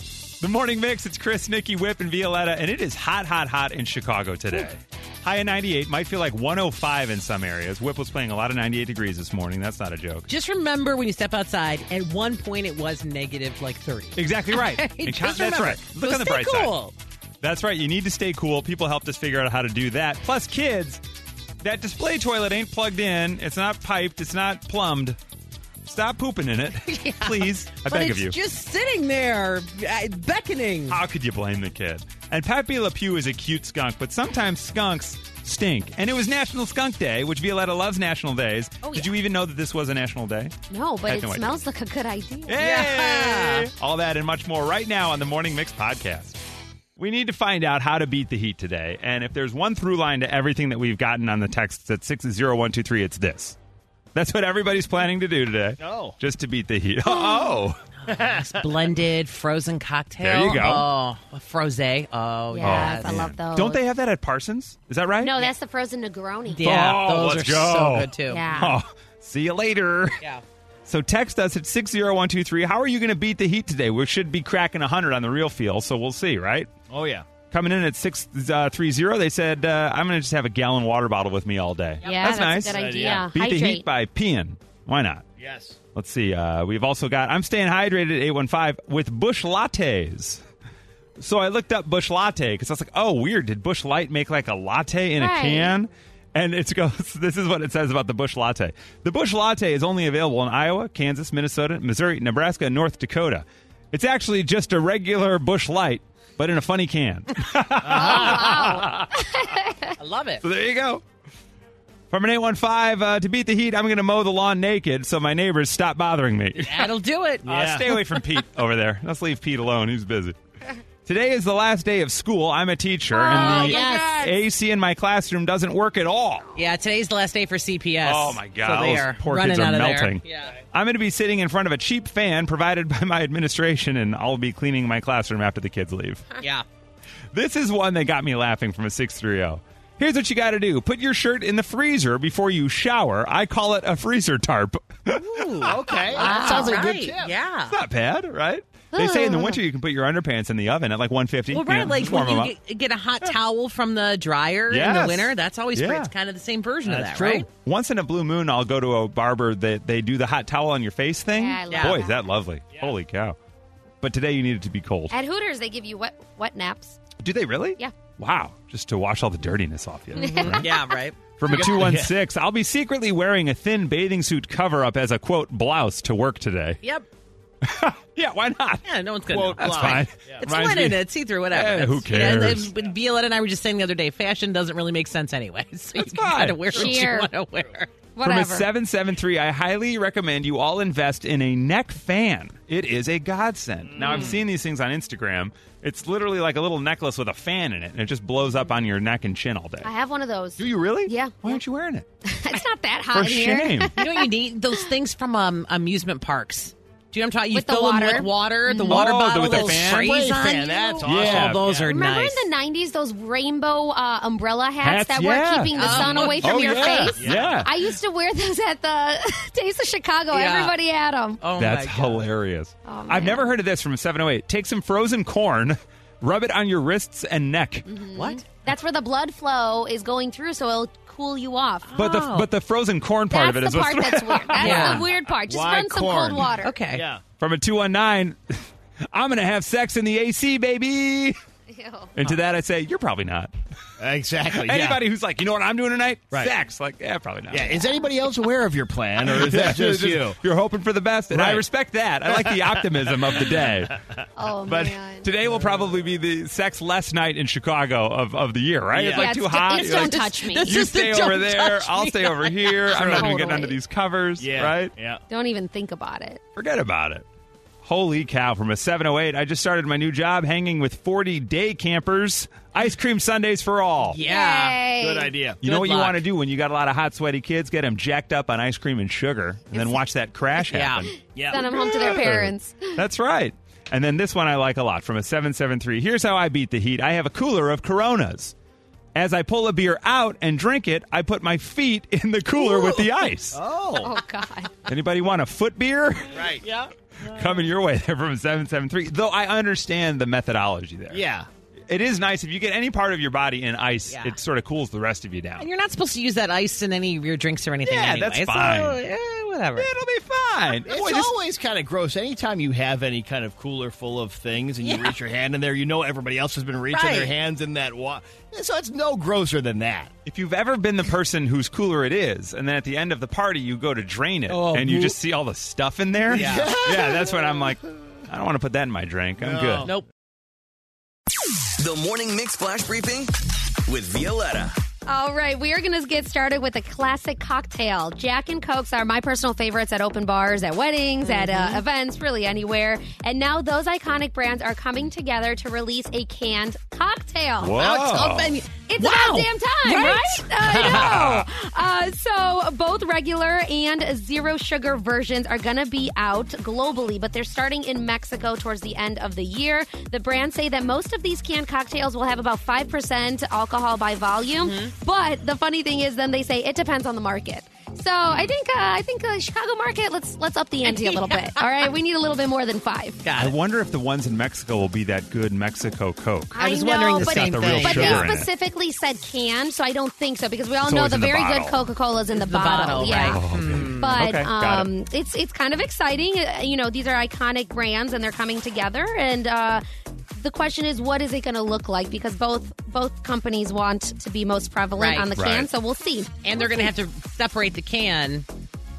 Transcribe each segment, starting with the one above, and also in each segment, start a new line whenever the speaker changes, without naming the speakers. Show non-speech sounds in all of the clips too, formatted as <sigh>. The morning mix. It's Chris, Nikki, Whip, and Violetta, and it is hot, hot, hot in Chicago today. High of 98 might feel like 105 in some areas. Whip was playing a lot of 98 degrees this morning. That's not a joke.
Just remember when you step outside, at one point it was negative like <laughs> 30.
Exactly right. And
Just
count- that's
remember.
right. Look
So
on the
stay
bright
cool.
side. That's right. You need to stay cool. People helped us figure out how to do that. Plus, kids, that display toilet ain't plugged in. It's not piped. It's not plumbed. Stop pooping in it, please. I
but
beg
it's
of you.
just sitting there, uh, beckoning.
How could you blame the kid? And Pappy Le Pew is a cute skunk, but sometimes skunks stink. And it was National Skunk Day, which Violetta loves national days.
Oh,
Did
yeah.
you even know that this was a national day?
No,
I
but
had
it
no idea.
smells like a good idea.
Hey! All that and much more right now on the Morning Mix podcast. We need to find out how to beat the heat today. And if there's one through line to everything that we've gotten on the texts at 60123, it's this. That's what everybody's planning to do today.
Oh.
Just to beat
<gasps>
the heat. Oh.
Blended frozen cocktail.
There you go.
Oh, a
<laughs>
froze. Oh,
Yes,
yes.
I love those.
Don't they have that at Parsons? Is that right?
<laughs> No, that's the frozen Negroni.
Yeah,
Oh,
those
let's
are so
go.
good too.
Yeah.
Oh, see you later.
Yeah.
So text us at 60123. How are you going to beat the heat today? We should be cracking 100 on the real feel, so we'll see, right?
Oh yeah.
Coming in at 630, they said, uh, I'm going to just have a gallon water bottle with me all day.
Yeah,
that's,
that's,
nice.
a good idea.
idea.
Beat the heat
Hydrate.
by peeing. Why not?
Yes.
Let's see. Uh, we've also got I'm staying hydrated 815 with Bush lattes. So I looked up Bush latte because I was like, oh, weird. Did Bush Light make like a latte in a
Right.
can? And it goes, <laughs> this is what it says about the Bush latte. The Bush latte is only available in Iowa, Kansas, Minnesota, Missouri, Nebraska, and North Dakota. It's actually just a regular Bush Light, but in a funny can.
I love
<laughs>
it.
So there you go. From an 815, uh, to beat the heat, I'm going to mow the lawn naked so my neighbors stop bothering me.
That'll
<laughs>
do it.
Uh, stay away from Pete over there. Let's leave Pete alone. He's <laughs> busy. Today is the last day of school. I'm a teacher, and the
yes.
AC in my classroom doesn't work at all.
Yeah, today's the last day for CPS.
Oh my God,
So they
those
are
poor
running
kids are
out of
melting.
There. Yeah.
I'm going to be sitting in front of a cheap fan provided by my administration, and I'll be cleaning my classroom after the kids
<laughs>
leave.
Yeah.
This is one that got me laughing from a 630. Here's what you got to do put your shirt in the freezer before you shower. I call it a freezer tarp. <laughs>
<laughs>
Okay. That sounds like a good tip.
Yeah.
Not bad, right? They say in the winter you can put your underpants in the oven at like 150.
Well,
you know,
right, like
just warm
when you
them up.
get, get a hot towel from the dryer in
Yes.
the winter, that's always
Yeah.
pretty, it's kind of the same version of that, right?
Once in a blue moon, I'll go to a barber that they do the hot towel on your face thing.
Yeah, I love
Boy,
that.
is that lovely. Holy cow. But today you need it to be cold.
At Hooters, they give you wet wet naps.
Do they really?
Yeah.
Wow. Just to wash all the dirtiness off
<laughs>
you. <laughs> right?
Yeah, right.
From a 216, I'll be secretly wearing a thin bathing suit cover up as a quote blouse to work today.
Yep.
<laughs> Yeah, why not?
Yeah, no one's gonna.
Well,
know.
that's fine.
It's
Reminds
linen.
me-
It's see through. Whatever.
Eh,
It's-
who
Yeah,
cares?
and, but Violetta and I were just saying the other day, fashion doesn't really make sense anyway. <laughs> So you
fine.
kind of wear what you
Sure.
want to wear.
From
Whatever.
a 773, I highly recommend you all invest in a neck fan. It is a godsend. Now, I've seen these things on Instagram. It's literally like a little necklace with a fan in it, and it just blows up on your neck and chin all day.
I have one of those.
Do you really?
Yeah.
Why aren't you wearing it?
<laughs> it's not that hot
For
in here.
shame.
You know what you need? Those things from um, amusement parks. Do you know what I'm talking? You
With the
fill them with
water.
water, the
Mhm.
water
Oh, the-
bottle,
with the
little
fan?
sprays
Spray
on
fan,
you.
that's
Yeah.
Oh, those are
Remember
nice.
in the 90s those rainbow uh, umbrella hats,
Hats,
that
yeah.
were keeping the
Oh.
sun away from
Oh,
your
yeah.
face?
Yeah.
I used to wear those at the <laughs> Days of Chicago.
Yeah.
Everybody had them.
oh
That's
my God.
hilarious.
Oh,
I've
man.
never heard of this from 708. Take some frozen corn, rub it on your wrists and neck.
What?
Mm. That's where the blood flow is going through, so it'll cool you off.
But the
Oh.
but the frozen corn part
that's
of it
the
is
part
what's
that's weird. That's
Yeah.
the weird part. Just
Why
run some
corn?
cold water.
Okay.
Yeah.
from a 219. <laughs> I'm going to have sex in the AC, baby.
Ew.
And to that I say, you're probably not.
Exactly. yeah.
Anybody who's like, you know what I'm doing tonight?
Right.
Sex. Like, yeah, probably
<laughs>
not.
Yeah. Is anybody else aware of your plan, or
<laughs>
is that just you?
You're hoping for the best, and I
Right.
respect that. I like
<laughs>
the optimism of the day.
Oh
But
man.
today will probably be the sex less night in Chicago of, of the year, right?
Yeah.
It's like
Yeah,
too
it's-
hot.
it's
You're
don't
like,
touch me.
This
you
is the
stay
don't
over there.
touch
I'll
me.
stay
<laughs>
over here. I'm not even getting
Totally.
under these covers, right?
Yeah.
Don't even think about it.
Forget about it. Holy cow, from a 708, I just started my new job hanging with 40 day campers. Ice cream Sundays for all.
Yeah.
Yay.
Good idea.
You know
Good
what you
luck.
want to do when you got a lot of hot, sweaty kids? Get them jacked up on ice cream and sugar, and then watch that crash
Yeah.
happen.
Yeah.
Send them home to their parents.
<laughs> That's right. And then this one I like a lot from a 773. Here's how I beat the heat I have a cooler of Coronas. As I pull a beer out and drink it, I put my feet in the cooler with the ice.
Oh,
Oh God.
Anybody want a foot beer? <laughs>
right. Yeah.
Coming your way there from 773. Though I understand the methodology there.
Yeah.
It is nice. If you get any part of your body in ice,
Yeah.
it sort of cools the rest of you down.
And you're not supposed to use that ice in any of your drinks or anything.
Yeah,
anyway,
that's
so,
fine.
eh, whatever.
It'll be fine.
It's
Boy, this-
always kind of gross. Anytime you have any kind of cooler full of things and you reach your hand in there, you know everybody else has been reaching their
Right.
hands in that water. So it's no grosser than that.
if you've ever been the person whose cooler it is, and then at the end of the party you go to drain it,
Oh,
and you
whoop.
just see all the stuff in there,
Yeah.
<laughs> yeah, that's when I'm like, I don't want to put that in my drink. I'm
No.
good.
Nope.
The Morning Mix Flash Briefing with Violetta.
All right, we are going to get started with a classic cocktail. Jack and Cokes are my personal favorites at open bars, at weddings, at uh, events, really anywhere. And now those iconic brands are coming together to release a canned cocktail.
Whoa.
Wow, it's open.
It's
Wow.
about damn time,
Right?
right? I <laughs> know. Uh, so both regular and zero sugar versions are going to be out globally, but they're starting in Mexico towards the end of the year. The brands say that most of these canned cocktails will have about 5% alcohol by volume, but the funny thing is then they say it depends on the market. So I think uh, I think uh, Chicago market let's let's up the ante a little bit. All right, we need a little bit more than 5.
I
Got it.
wonder if the ones in Mexico will be that good Mexico Coke.
I was
know,
wondering the
but
same
It's got the
thing.
real
But
sugar
they
in it.
specifically said canned, so I don't think so because we all
It's
know
always
the
in the
very
bottle.
good Coca Cola's in the,
The bottle,
yeah. Mm.
right.
But
Oh, Mm, Okay, got it.
um, it's it's kind of exciting. Uh, You know, these are iconic brands and they're coming together. And uh, the question is, what is it going to look like? Because both both companies want to be most prevalent
Right.
on the
Right.
can, so we'll see.
And they're going to have to separate the can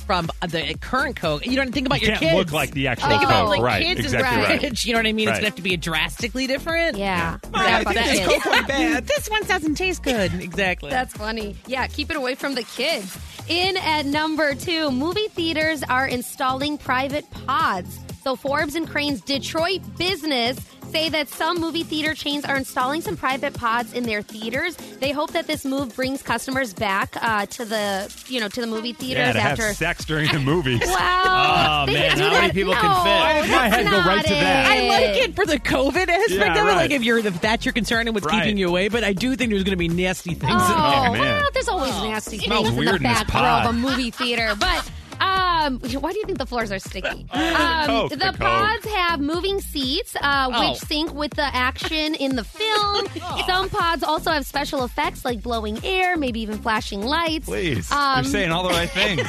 from the current Coke. You don't think about your
Can't
kids.
look like the actual
Think
Coke,
about like
right?
kids
exactly
and
right.
garbage. You know what I mean? It's
Right.
gonna have to be a drastically different.
Yeah,
That-
Fuck
that-
it.
<laughs> this one doesn't taste good. Exactly.
That's funny. Yeah, keep it away from the kids. In at number two, movie theaters are installing private pods. So Forbes and Crane's Detroit business say that some movie theater chains are installing some private pods in their theaters. They hope that this move brings customers back uh, to the you know to the movie theaters
Yeah, to
after.
have sex during
<laughs>
the movies.
Wow!
Oh,
they
man,
could do
how many
that-
people
no,
can fit? Why
did my
that's
head go right to
not
that?
I like it for the COVID aspect
Yeah,
of it.
right.
Like if you're if that's your concern and what's
Right.
keeping you away, but I do think there's going to be nasty things.
Oh,
Oh,
man.
well, there's always nasty
Smells
things in
weird
the
in this
back row
pod.
of a movie theater, but. Um, why do you think the floors are sticky? Um,
<laughs> Coke, the
the
Coke.
pods have moving seats, uh,
Oh.
which sync with the action in the
<laughs>
film.
Oh.
Some pods also have special effects like blowing air, maybe even flashing lights.
Please,
Um,
you're saying all the right things.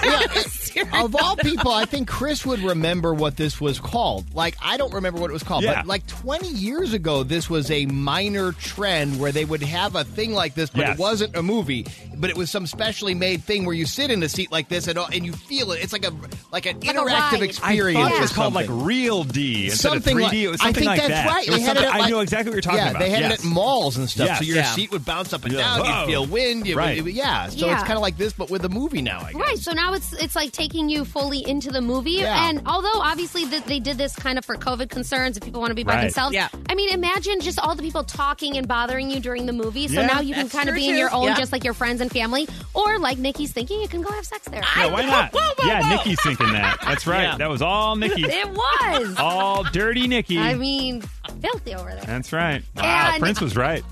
<laughs>
<laughs> of all people, I think Chris would remember what this was called. Like, I don't remember what it was called,
Yeah.
but like 20 years ago, this was a minor trend where they would have a thing like this, but
Yes.
it wasn't a movie, but it was some specially made thing where you sit in a seat like this and, uh, and you feel it. It's like a like an
Like a
interactive
ride.
I
experience.
thought it was
or
called like
something.
Real D instead
Something
of
like
3D. it was
I
something
think
like
that's
that.
right.
It was
They had
something-
it at,
I
like-
know exactly what you're talking
yeah,
about.
they had
Yes.
it at malls and stuff,
Yes.
so your
Yeah.
seat would bounce up and
Yeah.
down.
Whoa.
You'd feel wind. You
Right.
would, yeah. So
Yeah.
it's kind of like this, but with a movie now. I guess.
Right, so now it's it's like taking you fully into the movie,
Yeah.
and although obviously that they did this kind of for COVID concerns, if people want to be by
Right.
themselves,
Yeah.
I mean, imagine just all the people talking and bothering you during the movie. So
Yeah.
now you can
That's
kind of
true,
be in your
too.
own,
Yeah.
just like your friends and family, or like Nikki's thinking, you can go have sex there.
Yeah, why
<laughs>
not?
Whoa, whoa,
yeah,
whoa.
Nikki's thinking that. That's right.
Yeah.
That was all Nikki.
It was.
all dirty Nikki.
I mean, filthy over
<laughs>
there.
That's right. Wow,
And-
Prince was right.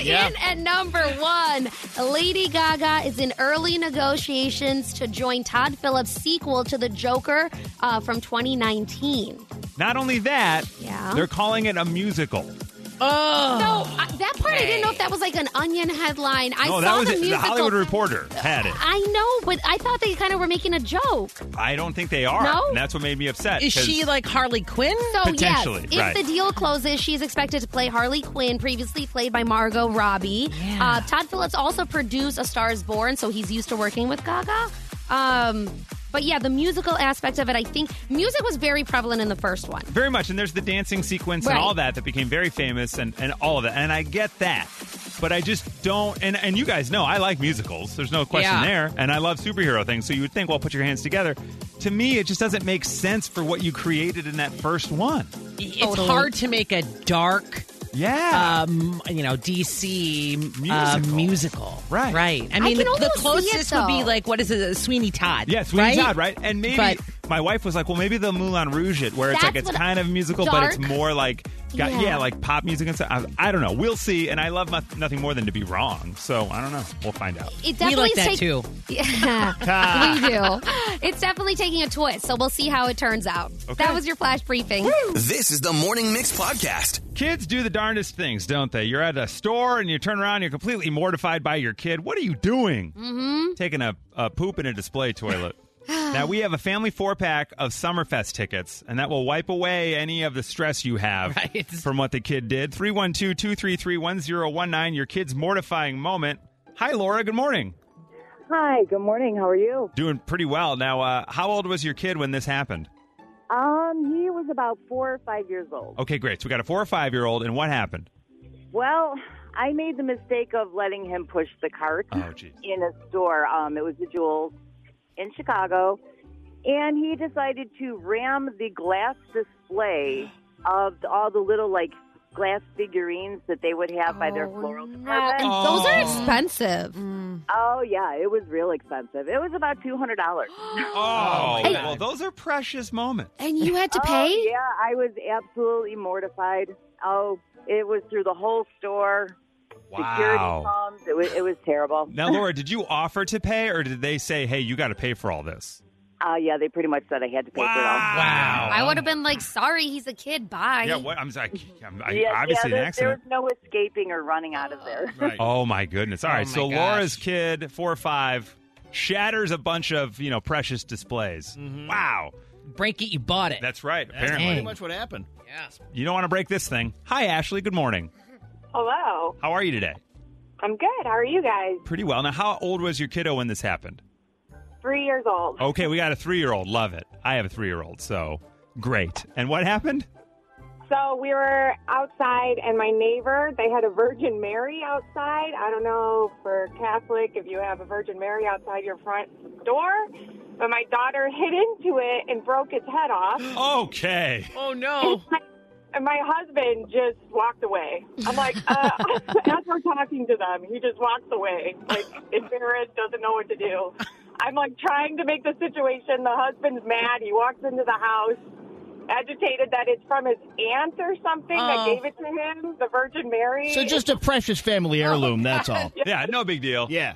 Yeah.
In at number one, Lady Gaga is in early negotiations to join Todd Phillips' sequel to The Joker uh, from 2019.
Not only that,
Yeah.
they're calling it a musical.
Oh,
So I, that part, I didn't know if that was like an onion headline. I
no,
saw
that was
the
it. The
musical.
Hollywood Reporter had it.
I know, but I thought they kind of were making a joke.
I don't think they are.
No?
And that's what made me upset.
is
'cause-
she like Harley Quinn?
So yes,
Potentially,
if
right.
the deal closes, she's expected to play Harley Quinn, previously played by Margot Robbie.
Yeah.
Uh, Todd Phillips also produced A Star Is Born, so he's used to working with Gaga. Um, but yeah, the musical aspect of it, I think music was very prevalent in the first one.
Very much. And there's the dancing sequence
Right.
and all that that became very famous and, and all of that. And I get that. But I just don't. And, and you guys know I like musicals. There's no question
Yeah.
there. And I love superhero things. So you would think, well, put your hands together. To me, it just doesn't make sense for what you created in that first one.
It's
Totally.
hard to make a dark,
Yeah.
um, you know, DC musical. Uh,
Musical.
musical.
Right.
Right. I
I
mean,
can
the, the
almost see it,
closest would be
though.
like what is it, Sweeney Todd?
Yes, we right?
right?
Todd, right? And maybe
But-
my wife was like, "Well, maybe the Moulin Rouge it, where it's like
That's
it's
what-
kind of musical, but it's
dark.
more like Got, yeah.
Yeah.
like pop music and stuff. I, I don't know. We'll see. And I love my, nothing more than to be wrong. So I don't know. We'll find out.
It
We
definitely
like that
take-
too.
<laughs>
Yeah, we do. It's definitely taking a twist, so we'll see how it turns out.
Okay.
That was your flash briefing.
This is the Morning Mix Podcast.
Kids do the darndest things, don't they? You're at a store and you turn around, you're completely mortified by your kid. What are you doing? Mm-hmm. Taking a, a poop in a display toilet. now, we have a family four pack of Summerfest tickets, and that will wipe away any of the stress you have
Right.
from what the kid did. 312 233 1019, your kid's mortifying moment. Hi, Laura. Good morning.
Hi, good morning. How are you?
Doing pretty well. Now, uh, how old was your kid when this happened?
Um, he was about four or five years old.
Okay, great. So we got a four or five year old, and what happened?
Well, I made the mistake of letting him push the cart
Oh, geez.
in a store. Um, it was a Jewel in Chicago, and he decided to ram the glass display of all the little like glass figurines that they would have by their
Oh,
floral
no.
department.
Oh.
Those are expensive.
Oh yeah, it was real expensive. It was about two hundred dollars.
Oh,
Hey.
well, those are precious moments.
And you had to
<laughs> Oh,
pay?
yeah, I was absolutely mortified. Oh, it was through the whole store. Security comes. It was, it was terrible. <laughs>
Now, Laura, did you offer to pay, or did they say, "Hey, you got to pay for all this"?
Uh, yeah, they pretty much said I had to pay for it all.
I would have been like, sorry, he's a kid. Bye.
Yeah, what? I'm like, I'm, I,
Yeah,
obviously
yeah,
an
there,
accident.
There was no escaping or running out of there.
<laughs> Oh my goodness! All
Oh,
right,
my
so
gosh.
Laura's kid, four or five, shatters a bunch of you know precious displays.
Mm-hmm.
Wow,
Break it, you bought it.
that's right. Apparently,
Pretty
Dang.
much what happened.
yeah.
you don't want to break this thing. Hi, Ashley. Good morning.
Hello.
How are you today?
I'm good. How are you guys?
Pretty well. Now, how old was your kiddo when this happened?
Three years old.
Okay, we got a three-year-old. Love it. I have a three-year-old, so great. And what happened?
So we were outside, and my neighbor, they had a Virgin Mary outside. I don't know for Catholic if you have a Virgin Mary outside your front door, but my daughter hit into it and broke its head off.
Okay.
Oh no.
And my husband just walked away. I'm
<laughs>
like, uh, <laughs> as we're talking to them, he just walks away, like embarrassed, doesn't know what to do. I'm like trying to make the situation. The husband's mad. He walks into the house, agitated that it's from his aunt or something that
Oh.
gave it to him, the Virgin Mary.
So just a precious family heirloom, that's
<laughs>
all.
Yeah, no big deal.
Yeah.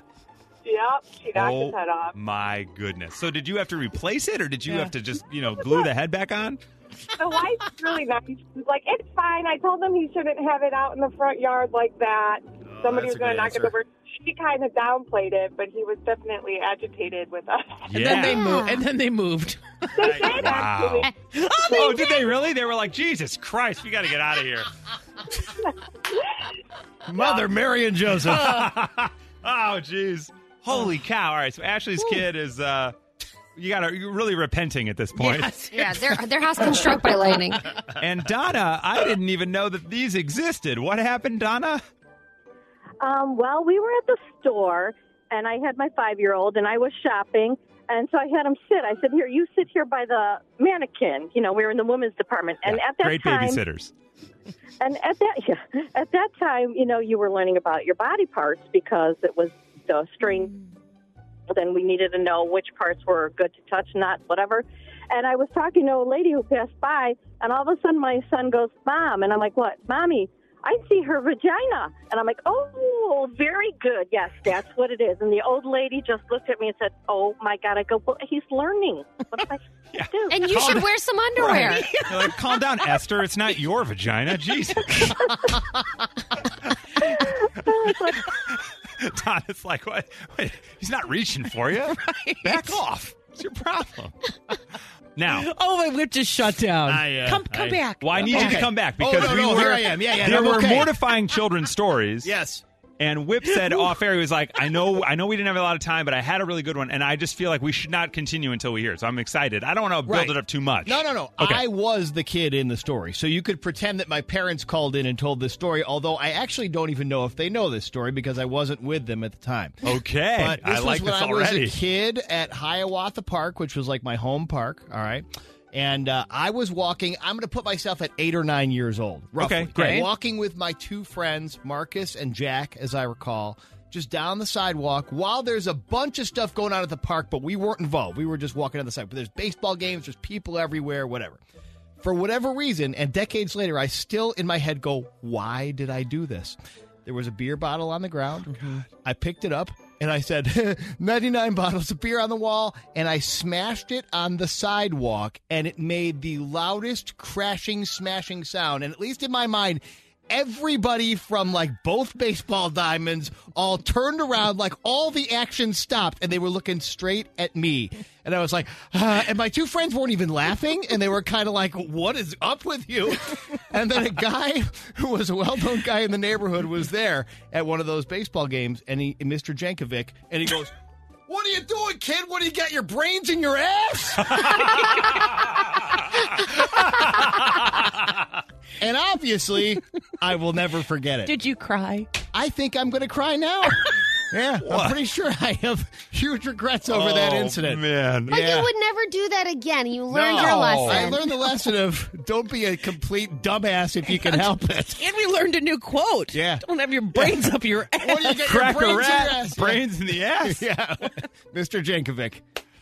yep, she knocked
Oh
his head off.
my goodness! So did you have to replace it, or did you have to just you know glue the head back on?
The wife's really nice. She's like, it's fine. I told him he shouldn't have it out in the front yard like that. Somebody
Oh, that's
was
a
going
good
to knock it
answer.
over. She kind of downplayed it, but he was definitely agitated with us.
Yeah.
Then they moved. And then they moved.
wow. oh, did they really? They were like, Jesus Christ, we got to get out of here. <laughs>
Mother Mary and Joseph.
Uh,
Oh, jeez. Holy cow! All right, so Ashley's kid is. uh you got to you're really repenting at this point.
Yeah, their, their house been struck by lightning.
<laughs> And Donna, I didn't even know that these existed. What happened, Donna?
Um, well, we were at the store, and I had my five year old, and I was shopping. And so I had him sit. I said, Here, you sit here by the mannequin. You know, we were in the women's department. And
Yeah,
at that
Great
time,
babysitters.
and at that, <laughs> yeah, at that time, you know, you were learning about your body parts because it was the string.
Mm.
Then we needed to know which parts were good to touch, not whatever. And I was talking to a lady who passed by, and all of a sudden my son goes, Mom. And I'm like, What? Mommy, I see her vagina. And I'm like, Oh, very good. Yes, that's what it is. And the old lady just looked at me and said, Oh my God. I go, Well, he's learning. What am I supposed to do?
And you should wear some underwear.
You're like, calm down, Esther. It's not your vagina.
<laughs>
Jesus. <laughs> Don, it's like, what? Wait, he's not reaching for you. Back off. It's your problem. now,
<laughs> Oh, I whip just shut down.
I, uh,
come come
I-
back.
well, I need you to
Okay.
come back
Oh,
because
no,
we
no,
were,
here I am. Yeah, yeah,
there
I'm
<laughs> were
okay.
mortifying children's
<laughs>
stories.
yes.
And
<laughs>
Whip said off air, he was like, I know, I know we didn't have a lot of time, but I had a really good one, and I just feel like we should not continue until we hear it. So I'm excited. I don't want to build
Right.
it up too much.
No, no, no.
Okay.
I was the kid in the story. So you could pretend that my parents called in and told this story, although I actually don't even know if they know this story because I wasn't with them at the time.
okay.
But this
I like
was
this
when I
already.
was a kid at Hiawatha Park, which was like my home park. All right. And uh, I was walking. I'm going to put myself at eight or nine years old. Roughly.
Okay, great.
Walking with my two friends, Marcus and Jack, as I recall, just down the sidewalk while there's a bunch of stuff going on at the park, but we weren't involved. We were just walking down the sidewalk. But there's baseball games, there's people everywhere, whatever. for whatever reason, and decades later, I still in my head go, why did I do this? There was a beer bottle on the ground. I picked it up and I said, <laughs> 99 bottles of beer on the wall. And I smashed it on the sidewalk and it made the loudest crashing, smashing sound. And at least in my mind, everybody from like both baseball diamonds all turned around, like all the action stopped, and they were looking straight at me. And I was like, uh, and my two friends weren't even laughing, and they were kind of like, "What is up with you?" And then a guy <laughs> who was a well-known guy in the neighborhood was there at one of those baseball games, and he, Mr. Jankovic, and he goes. What are you doing, kid? What do you got? Your brains in your ass? <laughs> and obviously, I will never forget it.
Did you cry?
I think I'm going to cry
<laughs>
now. yeah, I'm pretty sure I have huge regrets over that
Oh,
incident.
man.
But
Yeah.
you would never do that again. You learned your
No.
lesson.
I learned the lesson of don't be a complete dumbass if you can help it.
And we learned a new quote.
Yeah.
Don't have your brains up your
<laughs>
ass.
What do you get your
Crack
brains
a
in
rat,
your ass?
brains in the ass.
<laughs> Yeah, Mr. Jankovic.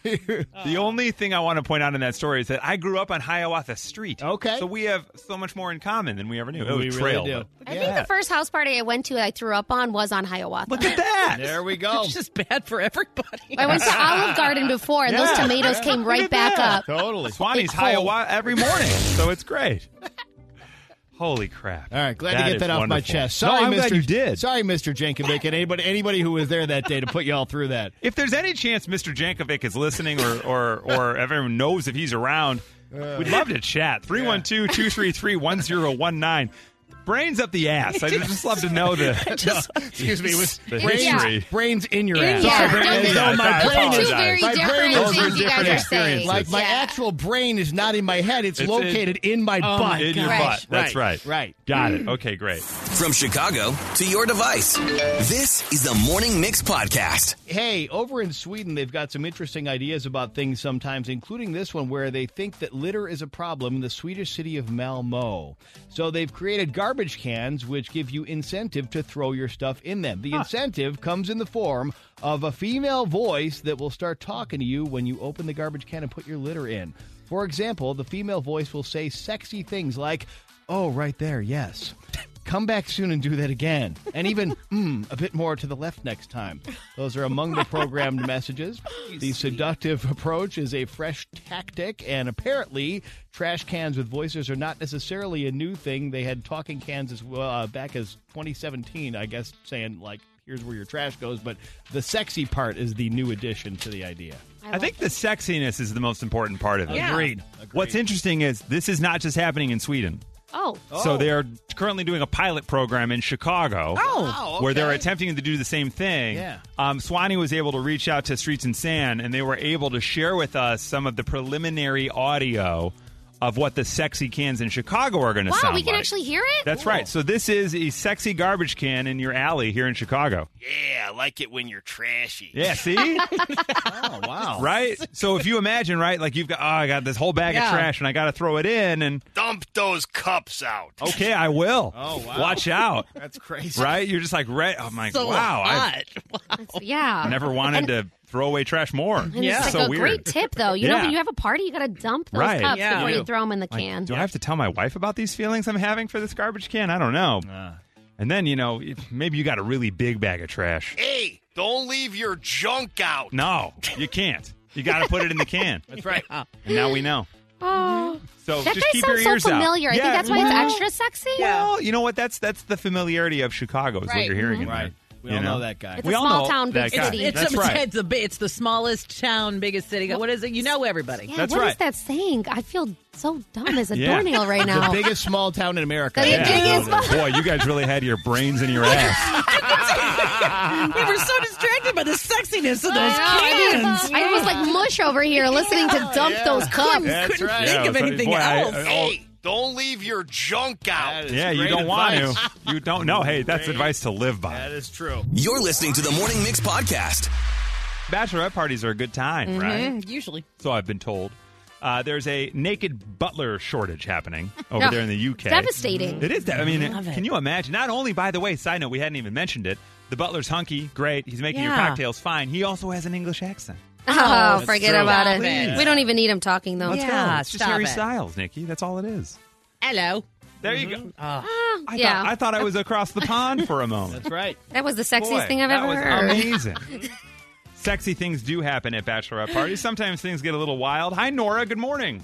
<laughs> The only thing I want to point out in that story is that I grew up on Hiawatha Street.
Okay.
So we have so much more in common than we ever knew. Oh,
We really
trail.
do.
but-
I
Yeah.
think the first house party I went to that I threw up on was on Hiawatha.
Look at that.
There we go.
It's just bad for everybody.
I went to Olive Garden before, and
Yeah.
those tomatoes came right back up.
Totally.
Swanee's Hiawatha every morning, so it's great. <laughs> Holy crap.
All right, glad to get
is
that off my
wonderful.
chest.
No,
Sorry,
I'm
Mr.
glad you did.
Sorry, Mr. Jankovic, and anybody anybody who was there that day to put you all through that.
If there's any chance Mr. Jankovic is listening
<laughs>
or or, or everyone knows if he's around, we'd love to chat. 312 233 1019. Brains up the ass. I'd just love to
<laughs>
know the,
Just-
Excuse me, it was
the
brains,
history.
brains in your
Yeah.
ass.
Those-
Sorry, brains
those
up.
are
I
two
apologize.
very
My brain
different
is-
Those are
things you guys
different
are saying.
experiences.
Like my
Yeah.
actual brain is not in my head; it's,
It's in-
located in, Oh my
Oh,
butt.
in your
Right.
butt. That's right.
Right, right.
Got it. Okay, great.
From Chicago to your device, this is the Morning Mix Podcast.
Hey, over in Sweden, they've got some interesting ideas about things sometimes, including this one where they think that litter is a problem in the Swedish city of Malmo. So they've created garbage cans which give you incentive to throw your stuff in them. The incentive comes in the form of a female voice that will start talking to you when you open the garbage can and put your litter in. For example, the female voice will say sexy things like, Oh, right there, yes. Come back soon and do that again. And even mm, a bit more to the left next time. Those are among the programmed messages. The seductive approach is a fresh tactic, and apparently, trash cans with voices are not necessarily a new thing. They had talking cans as well uh, back as 2017, I guess, saying like, "Here's where your trash goes." But the sexy part is the new addition to the idea.
I, think the sexiness is the most important part of it.
Yeah. Agreed.
What's interesting is this is not just happening in Sweden.
Oh,
So they are currently doing a pilot program in Chicago.
Wow,
Where they're
okay.
attempting to do the same thing.
Yeah.
Um, Swanee was able to reach out to Streets and Sand, and they were able to share with us some of the preliminary audio of what the sexy cans in Chicago are going to
wow,
sound
we can
like.
actually hear it?
That's right. So this is a sexy garbage can in your alley here in Chicago.
Yeah, I like it when you're trashy.
Yeah,
<laughs>
see?
Oh, wow!
<laughs>
right? So if you imagine, right, like you've got, oh, I got this whole bag
Yeah.
of trash and I got to throw it in, and
Dump those cups out.
okay, I
<laughs>
will.
Oh, wow.
Watch out.
That's crazy.
Right? You're just like, right? I'm like,
so
wow, I've
<laughs>
hot.
Yeah.
never wanted to throw away trash more.
And
Yeah.
It's like
so
a
weird.
great tip, though. You know,
Yeah.
when you have a party, you got to dump those
Right.
cups
Yeah.
before
You
you
do.
throw them in the
Like,
can.
do I have to tell my wife about these feelings I'm having for this garbage can? I don't know. and then, you know, it- maybe you got a really big bag of trash.
Hey, don't leave your junk out.
No, you can't. You got to put it in the
<laughs>
can.
That's right.
And now we know.
<gasps> oh,
So
that
just
guy
keep
sounds so
your ears
familiar. I
out.
think
Yeah,
that's why it's
well-
extra sexy.
Well, you know what? That's that's the familiarity of Chicago is what
Right.
you're hearing in
Right.
there.
We
You
all know that guy.
Mm-hmm. It's
we
a
all
small
know
town, big
that guy.
city.
It's,
that's
a,
right.
it's, a, bi- it's the smallest town, biggest city. What is it? You know everybody.
Yeah,
That's
what is
right.
that saying? I feel so dumb as a
<laughs> Yeah.
doornail right now. <laughs>
The biggest small town in America.
The
Yeah.
biggest
Oh, Boy, you guys really had your brains in your
<laughs>
ass.
we were so distracted by the sexiness of those
I know, I
cans.
was- I was like mush over here listening to dump those cups.
That's right.
Think
Yeah,
of
so-
anything
boy, I-
else.
I-
Hey, don't leave your junk out.
yeah, you don't want
<laughs>
to. You don't know. Hey, that's advice to live by.
is true.
You're listening to the Morning Mix Podcast.
Bachelorette parties are a good time,
Mm-hmm.
right?
Mm, Usually.
So I've been told. Uh, there's a naked butler
<laughs>
shortage happening over
Yeah.
there in the UK.
Devastating.
It is. That, I mean,
Love it.
can you imagine? Not only, by the way, side note, we hadn't even mentioned it. The butler's hunky, great. He's making your
Yeah.
cocktails fine. He also has an English accent.
Oh,
That's
forget
true.
about it.
Please.
We don't even need him talking though.
Let's
Yeah,
go. It's just
stop
Harry
it.
Styles, Nikki. That's all it is.
Hello.
There you go.
Mm-hmm.
I
yeah.
thought I thought I was across the pond for a
<laughs>
moment.
That's right.
That was the sexiest
Boy,
thing I've
that
ever
was
heard. <laughs>
Amazing. Sexy things do happen at bachelorette parties. Sometimes things get a little wild. Hi, Nora. Good morning.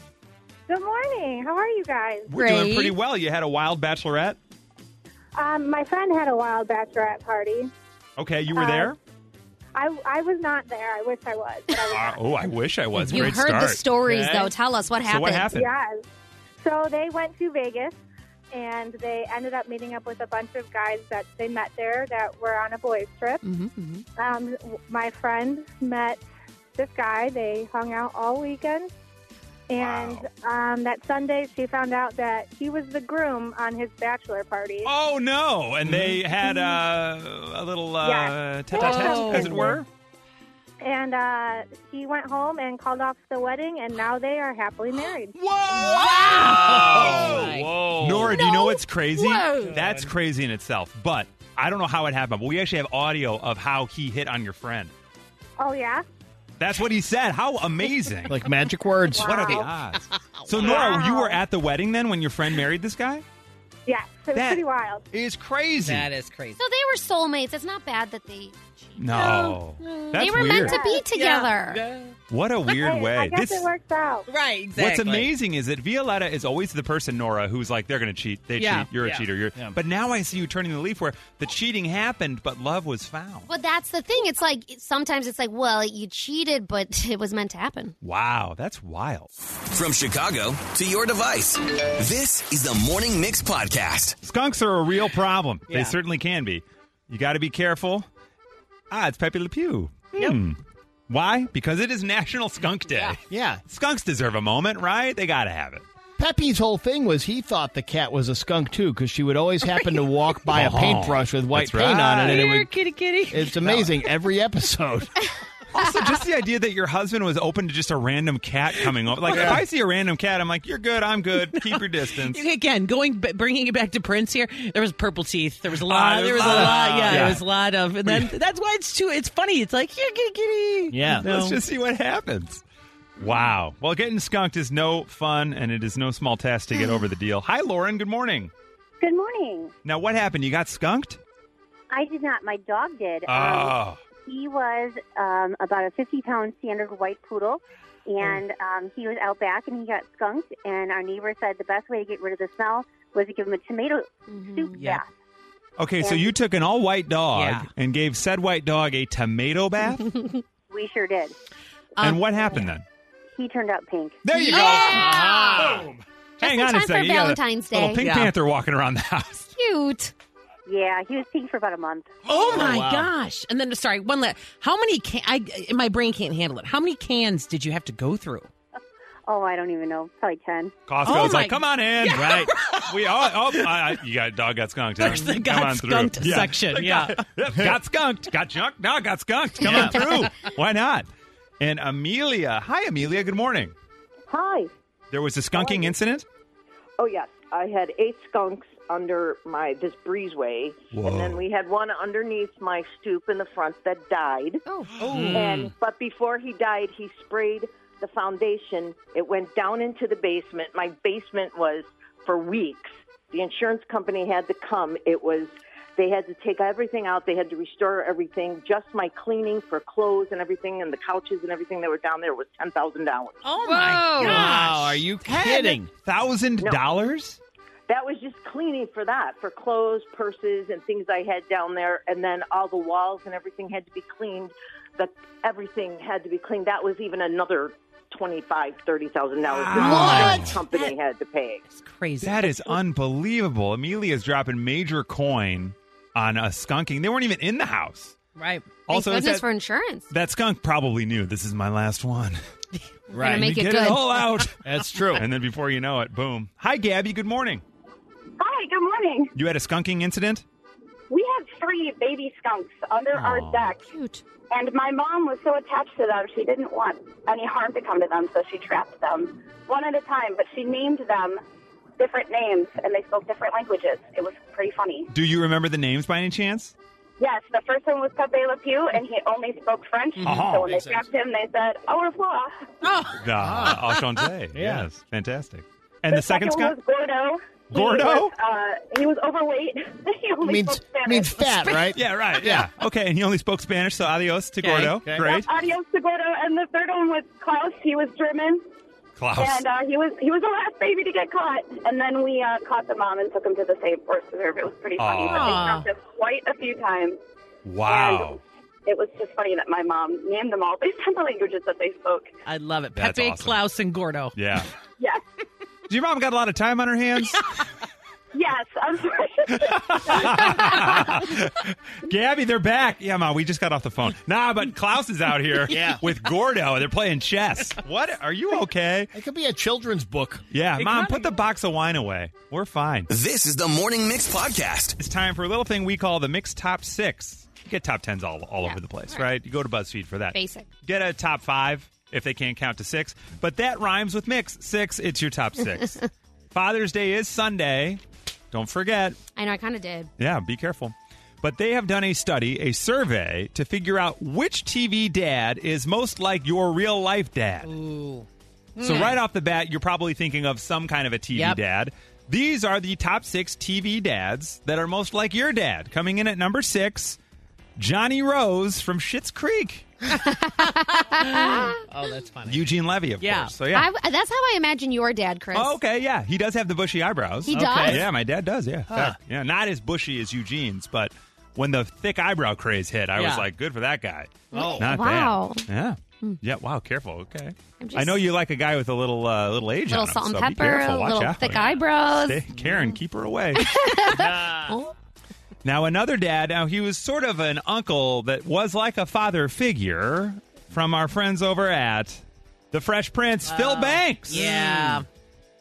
Good morning. How are you guys?
We're doing
Great.
pretty well. You had a wild bachelorette.
Um, my friend had a wild bachelorette party.
Okay, you were
Uh,
there.
I, I was not there. I wish I was. But I was
Uh,
not.
oh, I wish I was.
You
Great
heard
start.
the stories
Okay.
though. Tell us what
so
happened.
what happened?
Yes. So they went to Vegas and they ended up meeting up with a bunch of guys that they met there that were on a boys trip.
Mm-hmm.
Mhm, mhm.
Um, my friend met this guy. They hung out all weekend. And um, that Sunday, she found out that he was the groom on his bachelor party.
Oh no! And
Mm-hmm.
they had uh, a little uh,
Mm-hmm. Yeah.
tete-a-tete,
Whoa.
as it were.
And uh, he went home and called off the wedding, and now they are happily married.
<gasps> Whoa!
Wow!
Whoa!
my
Whoa.
Nora, do you know what's crazy?
Whoa.
oh. That's crazy in itself. But I don't know how it happened. But we actually have audio of how he hit on your friend.
Oh, yeah?
That's what he said. How amazing!
Like magic words.
what are
<laughs>
the odds? So Nora, you were at the wedding then when your friend married this guy?
Yes. It was
That-
pretty wild.
It's crazy.
That is crazy.
So they were soulmates. It's not bad that they
no, that's
they were
weird.
meant to be together.
What a weird
Hey,
way.
I guess
This-
it works out.
Right, exactly.
What's amazing is that Violetta is always the person, Nora, who's like, they're going to cheat. They
Yeah.
cheat. You're
Yeah.
a cheater. You're...
Yeah.
But now I see you turning the leaf where the cheating happened, but love was found.
But that's the thing. It's like sometimes it's like, well, you cheated, but <laughs> it was meant to happen.
Wow, that's wild.
From Chicago to your device, this is the Morning Mix Podcast.
Skunks are a real problem. They
Yeah.
certainly can be. You got to be careful. Ah, it's Pepe Le Pew. Hmm. Why? Because it is National Skunk Day.
Yeah.
Skunks deserve a moment, right? They got to have it.
Pepe's whole thing was he thought the cat was a skunk too because she would always happen to walk by a
<laughs>
paintbrush with white
Oh, That's
paint on it, and it
Here,
would.
kitty kitty. <laughs>
It's amazing every episode.
<laughs> Also, just the idea that your husband was open to just a random cat coming over. Like, if I see a random cat, I'm like, you're good, I'm good, keep your <laughs> distance.
Again, going b- bringing it back to Prince here. There was purple teeth. There was a lot.
Ah,
there was a lot. Yeah,
yeah.
there was a lot of.
<laughs>
And then that's why it's too. It's funny. It's like here, kitty kitty.
Yeah.
Let's just see what happens. Wow. Well, getting skunked is no fun, and it is no small task to get over the deal. Hi, Lauren. Good morning.
Good morning.
Now, what happened? You got skunked?
I did not. My dog did. Um,
Oh.
he was um, about a 50 pound standard white poodle. And
Oh.
um, he was out back and he got skunked. And our neighbor said the best way to get rid of the smell was to give him a tomato
Mm-hmm.
soup
Yeah.
bath.
Okay, so you took an all white dog
Yeah.
and gave said white dog a tomato bath?
<laughs> We sure did.
and
Um,
what happened then?
He turned out pink.
There you
uh,
go. Boom.
in
Hang on
time
a
for
second. You got a
Valentine's Day.
Little Pink
Yeah.
Panther walking around the house.
Cute.
Yeah, he was pink for about a month.
Oh my gosh! And then sorry, one last. How many can I? My brain can't handle it. How many cans did you have to go through?
Oh, I don't even know. Probably 10.
Costco's
Oh my-
like, come on
<laughs>
in,
<laughs>
right? We all, oh, I, I, you got dog got skunked. huh?
There's the
Come
got
on through.
skunked section,
The
yeah.
Got, yep, got skunked, got junked, now got skunked. Come on
<laughs>
through. Why not? And Amelia, hi Amelia, good morning.
Hi.
There was a skunking incident.
Oh yes, I had eight skunks under my this breezeway,
Whoa.
and then we had one underneath my stoop in the front that died.
Oh,
And but before he died, he sprayed the foundation. It went down into the basement. My basement was for weeks. The insurance company had to come. It was they had to take everything out. They had to restore everything. Just my cleaning for clothes and everything, and the couches and everything that were down there was ten thousand dollars.
Oh
Whoa.
my gosh!
Wow, are you kidding?
Thousand dollars.
that was just cleaning for that, for clothes, purses, and things I had down there. And then all the walls and everything had to be cleaned. The everything had to be cleaned. That was even another twenty-five, thirty thousand dollars.
What?
The company had to pay.
It's crazy.
That is unbelievable. Amelia's dropping major coin on a skunking. They weren't even in the house.
right.
thank
Also, is
goodness
that,
for insurance.
that skunk probably knew this is my last one.
Gonna
Right.
make it
Get
good.
it all out.
That's true.
and then before you know it, boom. Hi, Gabby. Good morning.
Hi, good morning.
You had a skunking incident?
We had three baby skunks under
Aw.
our deck.
Cute.
And my mom was so attached to them, she didn't want any harm to come to them, so she trapped them one at a time. But she named them different names, and they spoke different languages. It was pretty funny.
Do you remember the names by any chance?
Yes, the first one was Pepe Le Pew, and he only spoke French.
Mhm.
So when they
Makes sense.
tapped him, they said, au revoir. Oh.
Ah, enchanté. Yes, fantastic. And the, second, Scott?
one was Gordo.
Gordo?
He was, uh, he was overweight. <laughs> he only spoke Spanish. <laughs>
yeah, right. <laughs> Yeah. Okay, and he only spoke Spanish, so adios to Gordo. Great.
Yeah, adios to Gordo. And the third one was Klaus. He was German.
Klaus.
And uh, he was he was the last baby to get caught. And then we uh, caught the mom and took him to the safe horse reserve. It was pretty funny. But they
Aw.
stopped us quite a few times.
Wow.
It was just funny that my mom named them all based on the languages that they spoke.
I love it.
That's
Pepe,
awesome.
Klaus, and Gordo.
Yeah.
Yes.
Does your mom got a lot of time on
<laughs>
her hands?
Yes. I'm
Gabby, they're back. Yeah, Ma, we just got off the phone. Nah, but Klaus is out here
<laughs> Yeah.
with Gordo. They're playing chess. What? Are you okay?
It could be a children's book.
Yeah,
It
Mom,
kinda-
put the box of wine away. We're fine.
This is the Morning Mix Podcast.
It's time for a little thing we call the Mix Top Six. You get top tens all, all over the place, right. You go to BuzzFeed for that.
Basic.
Get a top five if they can't count to six, but that rhymes with mix. Six, it's your top
<laughs>
six. Father's Day is Sunday. Don't forget.
I know, I kind of
<laughs>
did.
Yeah, be careful. But they have done a study, a survey, to figure out which TV dad is most like your real life dad.
Ooh.
So,
Mm.
right off the bat, you're probably thinking of some kind of a TV
Yep.
dad. These are the top six TV dads that are most like your dad. Coming in at number six, Johnny Rose from Schitt's Creek.
Oh, that's funny.
Eugene Levy, of
Yeah.
course. So,
I-
yeah.
that's how I imagine your dad, Chris.
Oh, okay, yeah. He does have the bushy eyebrows.
He Okay. does?
Yeah, my dad does, yeah. In
Huh.
fact, Yeah, not as bushy as Eugene's, but when the thick eyebrow craze hit, I was
Yeah.
like, good for that guy.
Oh.
Not
Wow.
bad. Yeah. Yeah, wow, careful. Okay.
I'm just-
I know you like a guy with a little uh, little age
Little
on him,
salt and
so be
pepper,
careful. Watch
little
out.
thick eyebrows.
Stay- Karen, keep her <laughs> away.
Oh.
Now, another dad, now he was sort of an uncle that was like a father figure from our friends over at The Fresh Prince, Phil Banks. Mm.
yeah.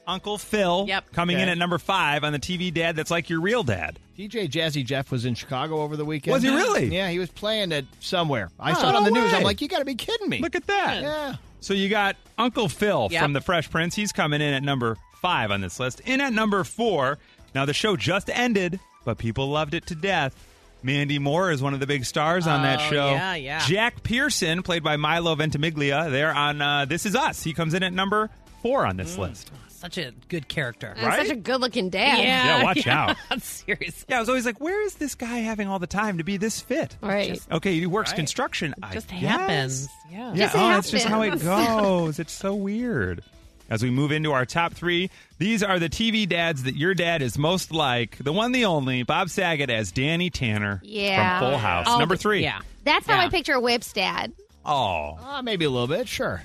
Uncle Phil
Yep.
coming in
Okay.
at number five on the TV dad that's like your real dad.
DJ Jazzy Jeff was in Chicago over the weekend.
Was he really?
Yeah, he was playing at somewhere. I
Oh,
saw it on the
no
news. I'm
way.
like, you got to be kidding me.
Look at that.
Yeah.
So you got Uncle Phil
Yep.
from The Fresh Prince. He's coming in at number five on this list. In at number four, now the show just ended, but people loved it to death. Mandy Moore is one of the big stars on that
Oh,
show.
yeah, yeah.
Jack Pearson, played by Milo Ventimiglia, there on uh, This Is Us. He comes in at number four on
Mm.
this list.
Such a good character.
And Right?
Such a good looking dad.
Yeah, Yeah, watch yeah.
out. Seriously.
Yeah, I was always like, where is this guy having all the time to be this fit?
Right.
okay, he works construction. I
Just
guess.
happens. Yeah.
Yeah, oh, it's just how it goes. It's so weird. As we move into our top three, these are the TV dads that your dad is most like. The one, the only, Bob Saget as Danny Tanner
Yeah.
from Full House.
Oh,
Number three.
That's how I picture Whip's dad.
Oh.
Uh, maybe a little bit, sure.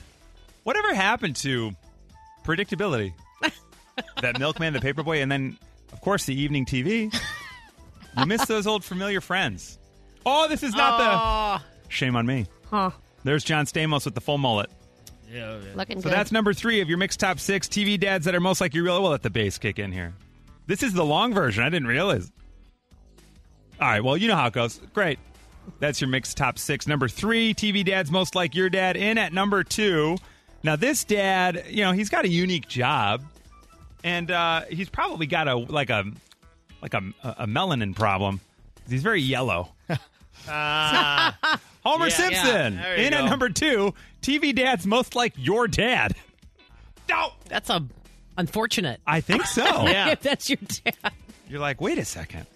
Whatever happened to
<laughs>
predictability? that Milkman, the Paperboy, and then, of course, the evening TV. You miss those old familiar friends. Oh, this is not
Oh.
the. Shame on me.
Huh.
There's John Stamos with the full mullet.
Yeah,
Looking
So
good.
that's number three of your mixed top six TV dads that are most like your real. We'll let the bass kick in here. This is the long version. I didn't realize. All right. Well, you know how it goes. Great. That's your mixed top six. Number three TV dads most like your dad. In at number two. Now this dad, you know, he's got a unique job, and uh, he's probably got a like a like a, a melanin problem. He's very yellow. Homer <laughs>
Yeah.
Simpson
Yeah, there you
in at
go.
number two. TV dads most like your dad. No.
That's a unfortunate.
I think
<laughs>
so.
if that's your dad.
You're like, wait a second.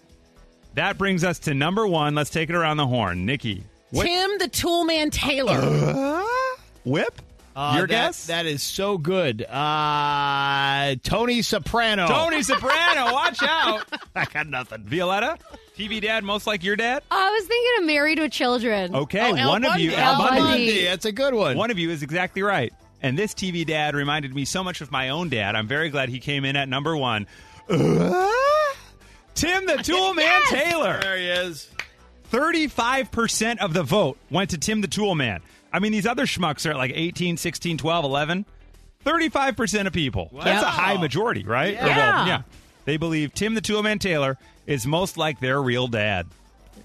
That brings us to number one. Let's take it around the horn. Nikki. What
Tim the Toolman Taylor.
whip?
Uh,
Your
that-
guess?
That is so good. Uh, Tony Soprano.
Tony
<laughs>
Soprano, watch out. <laughs> I got nothing. Violetta? TV dad most like your dad?
Oh, I was thinking of Married with Children.
Okay, one of you,
El Oh, Bundy.
That's a good one.
One of you is exactly right. And this TV dad reminded me so much of my own dad. I'm very glad he came in at number one. Uh, Tim the Tool Man Taylor.
There he is.
35% of the vote went to Tim the Tool Man. I mean, these other schmucks are at like 18, 16, 12, 11. 35% of people. That's a
Wow.
high majority, right? Or, well,
Yeah.
yeah. They believe Tim the Tool Man Taylor is most like their real dad.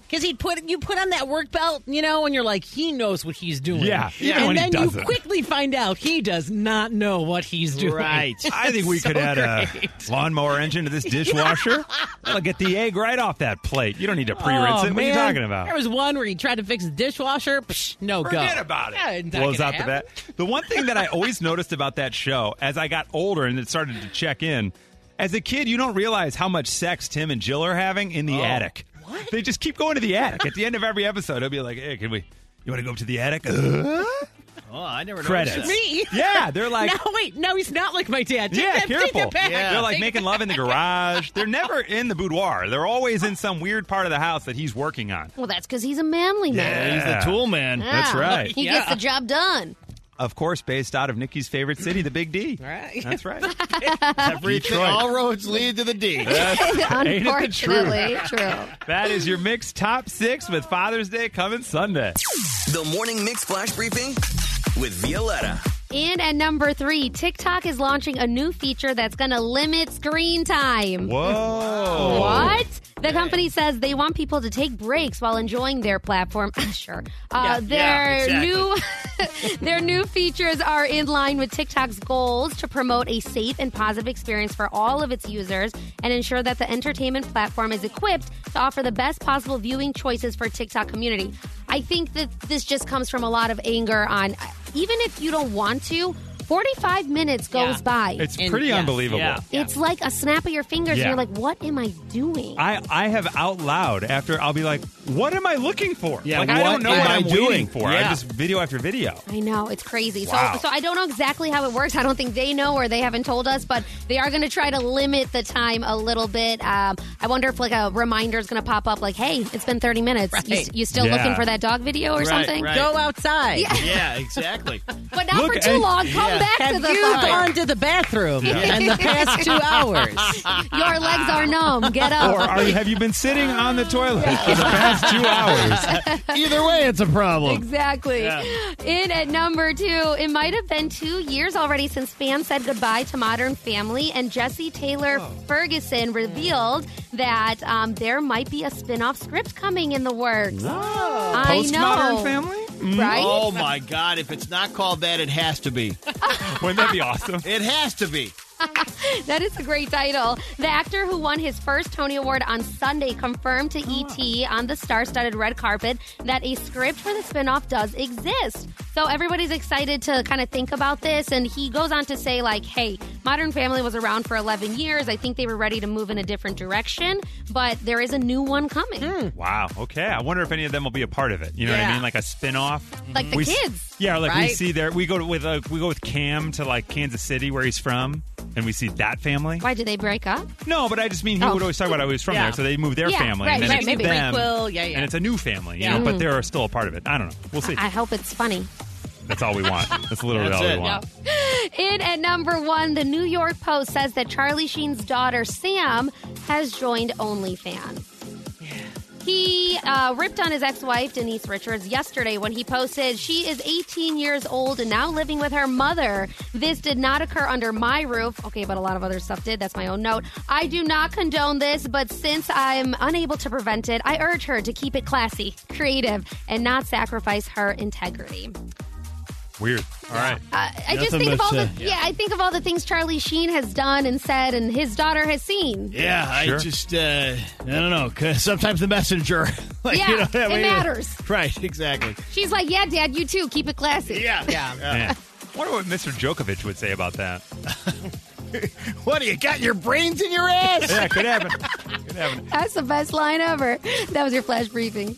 Because he'd put you put on that work belt, you know, and you're like, he knows what he's doing.
Yeah, even
and
when he
then you
doesn't.
quickly find out he does not know what he's doing. <laughs>
I think we
So
could add
great.
a lawnmower engine
<laughs>
to this dishwasher. That'll get the egg right off that plate. You don't need to pre-rinse
Oh,
it. What are you
man.
talking about?
There was one where he tried to fix the dishwasher. Psh, no go.
Forget about it.
Yeah, it's not
Blows
gonna
out the
happen.
bat. The one thing that I always noticed about that show, as I got older and it started to check in, as a kid, you don't realize how much sex Tim and Jill are having in the
Oh,
attic. What? They just keep going to the attic. At the end of every episode, he'll be like, "Hey, can we? You want to go up to the
<laughs>
attic?" Uh,
Oh, I never
Credits.
noticed that.
Me?
Yeah, they're like-
<laughs> no, wait, no, he's not like my dad. Take
yeah,
that, take
careful.
that back.
They're like
Take
making love in the garage. They're never in the boudoir. They're always in some weird part of the house that he's working on.
Well, that's because he's a manly man.
He's the tool man.
Yeah.
That's right.
He gets the job done.
Of course, based out of Nikki's favorite city, the Big D.
<laughs>
Right.
That's
<laughs>
right.
Everything,
Detroit.
all roads lead to the D.
<laughs>
Ain't it the truth?
Unfortunately, true.
That is your mixed top six with Father's Day coming Sunday.
The Morning Mix Flash Briefing with Violetta.
And at number three, TikTok is launching a new feature that's going to limit screen time.
Whoa.
What? The company says they want people to take breaks while enjoying their platform. <laughs> sure. Uh,
Yeah,
their new their new features are in line with TikTok's goals to promote a safe and positive experience for all of its users and ensure that the entertainment platform is equipped to offer the best possible viewing choices for TikTok community. I think that this just comes from a lot of anger on even if you don't want to, 45 minutes goes
Yeah.
by.
It's
And-
pretty
yeah,
unbelievable.
yeah.
It's like a snap of your fingers,
Yeah.
and you're like, "What am I doing?"
I, I have out loud after I'll be like, what am I looking for?
Yeah,
like I
what
don't know
am
what
I
I'm waiting
doing?
for. I
Yeah.
just video after video.
I know it's crazy.
Wow.
So, so I don't know exactly how it works. I don't think they know or they haven't told us, but they are going to try to limit the time a little bit. Um, I wonder if like a reminder is going to pop up, like, "Hey, it's been 30 minutes. You,
Right.
you still
Yeah.
looking for that dog video or
Right,
something?"
right.
Go outside.
Yeah, exactly.
<laughs> But not
Look,
for too
I-
long. Come
Yeah.
back to
Have
the
you
phone.
gone to the bathroom in the past
<laughs>
two hours?
Your legs are numb. Get up.
Or are you, have you been sitting on the toilet for the past two hours?
<laughs>
Either way, it's a problem.
Exactly.
Yeah.
In at number two, it might have been two years already since fans said goodbye to Modern Family, and Jesse Taylor
Oh.
Ferguson revealed that um, there might be a spin off script coming in the works. I know.
Postmodern family?
Right?
Oh my God! If it's not called that, it has to be.
<laughs> Wouldn't that be awesome?
It has to be.
<laughs> That is a great title. The actor who won his first Tony Award on Sunday confirmed to
Oh.
ET on the star studded red carpet that a script for the spinoff does exist. So everybody's excited to kind of think about this. And he goes on to say, like, hey, Modern Family was around for 11 years. I think they were ready to move in a different direction, but there is a new one coming.
Hmm.
Wow. Okay. I wonder if any of them will be a part of it. You know what I
Yeah.
mean? Like a spin-off.
Like the
We s-
kids.
Yeah, like we
right?
see there. We go to- with uh, we go with Cam to like Kansas City where he's from, and we see that family.
Why did they break up?
No, but I just mean he
Oh.
would always talk about how he was from
Yeah.
there, so they moved their
Yeah,
family,
right,
and then
right,
it's
maybe.
them,
Prequel, yeah, yeah.
and it's a new family. You
Yeah.
know,
Mm.
but they're still a part of it. I don't know. We'll see.
I hope it's funny.
That's all we want. That's literally
That's
all
it.
we want.
In at number one, the New York Post says that Charlie Sheen's daughter, Sam, has joined OnlyFans. He uh, ripped on his ex wife, Denise Richards, yesterday when he posted, She is 18 years old and now living with her mother. This did not occur under my roof. Okay, but a lot of other stuff did. That's my own note. I do not condone this, but since I'm unable to prevent it, I urge her to keep it classy, creative, and not sacrifice her integrity.
Weird. All right.
Uh, I just
Nothing
think of
but
all the
sad.
yeah. I think of all the things Charlie Sheen has done and said, and his daughter has seen.
Yeah,
Sure.
I just uh, I don't know. 'cause sometimes the messenger, <laughs> like,
Yeah,
you know, that
it
way-
matters.
Right, exactly.
She's like, "Yeah, Dad, you too. Keep it classy."
Yeah, Uh,
Man. I wonder what Mr. Djokovic would say about that. <laughs>
What do you got? Your brains in your
<laughs>
ass?
Yeah, could happen. could happen.
That's the best line ever. That was your flash briefing.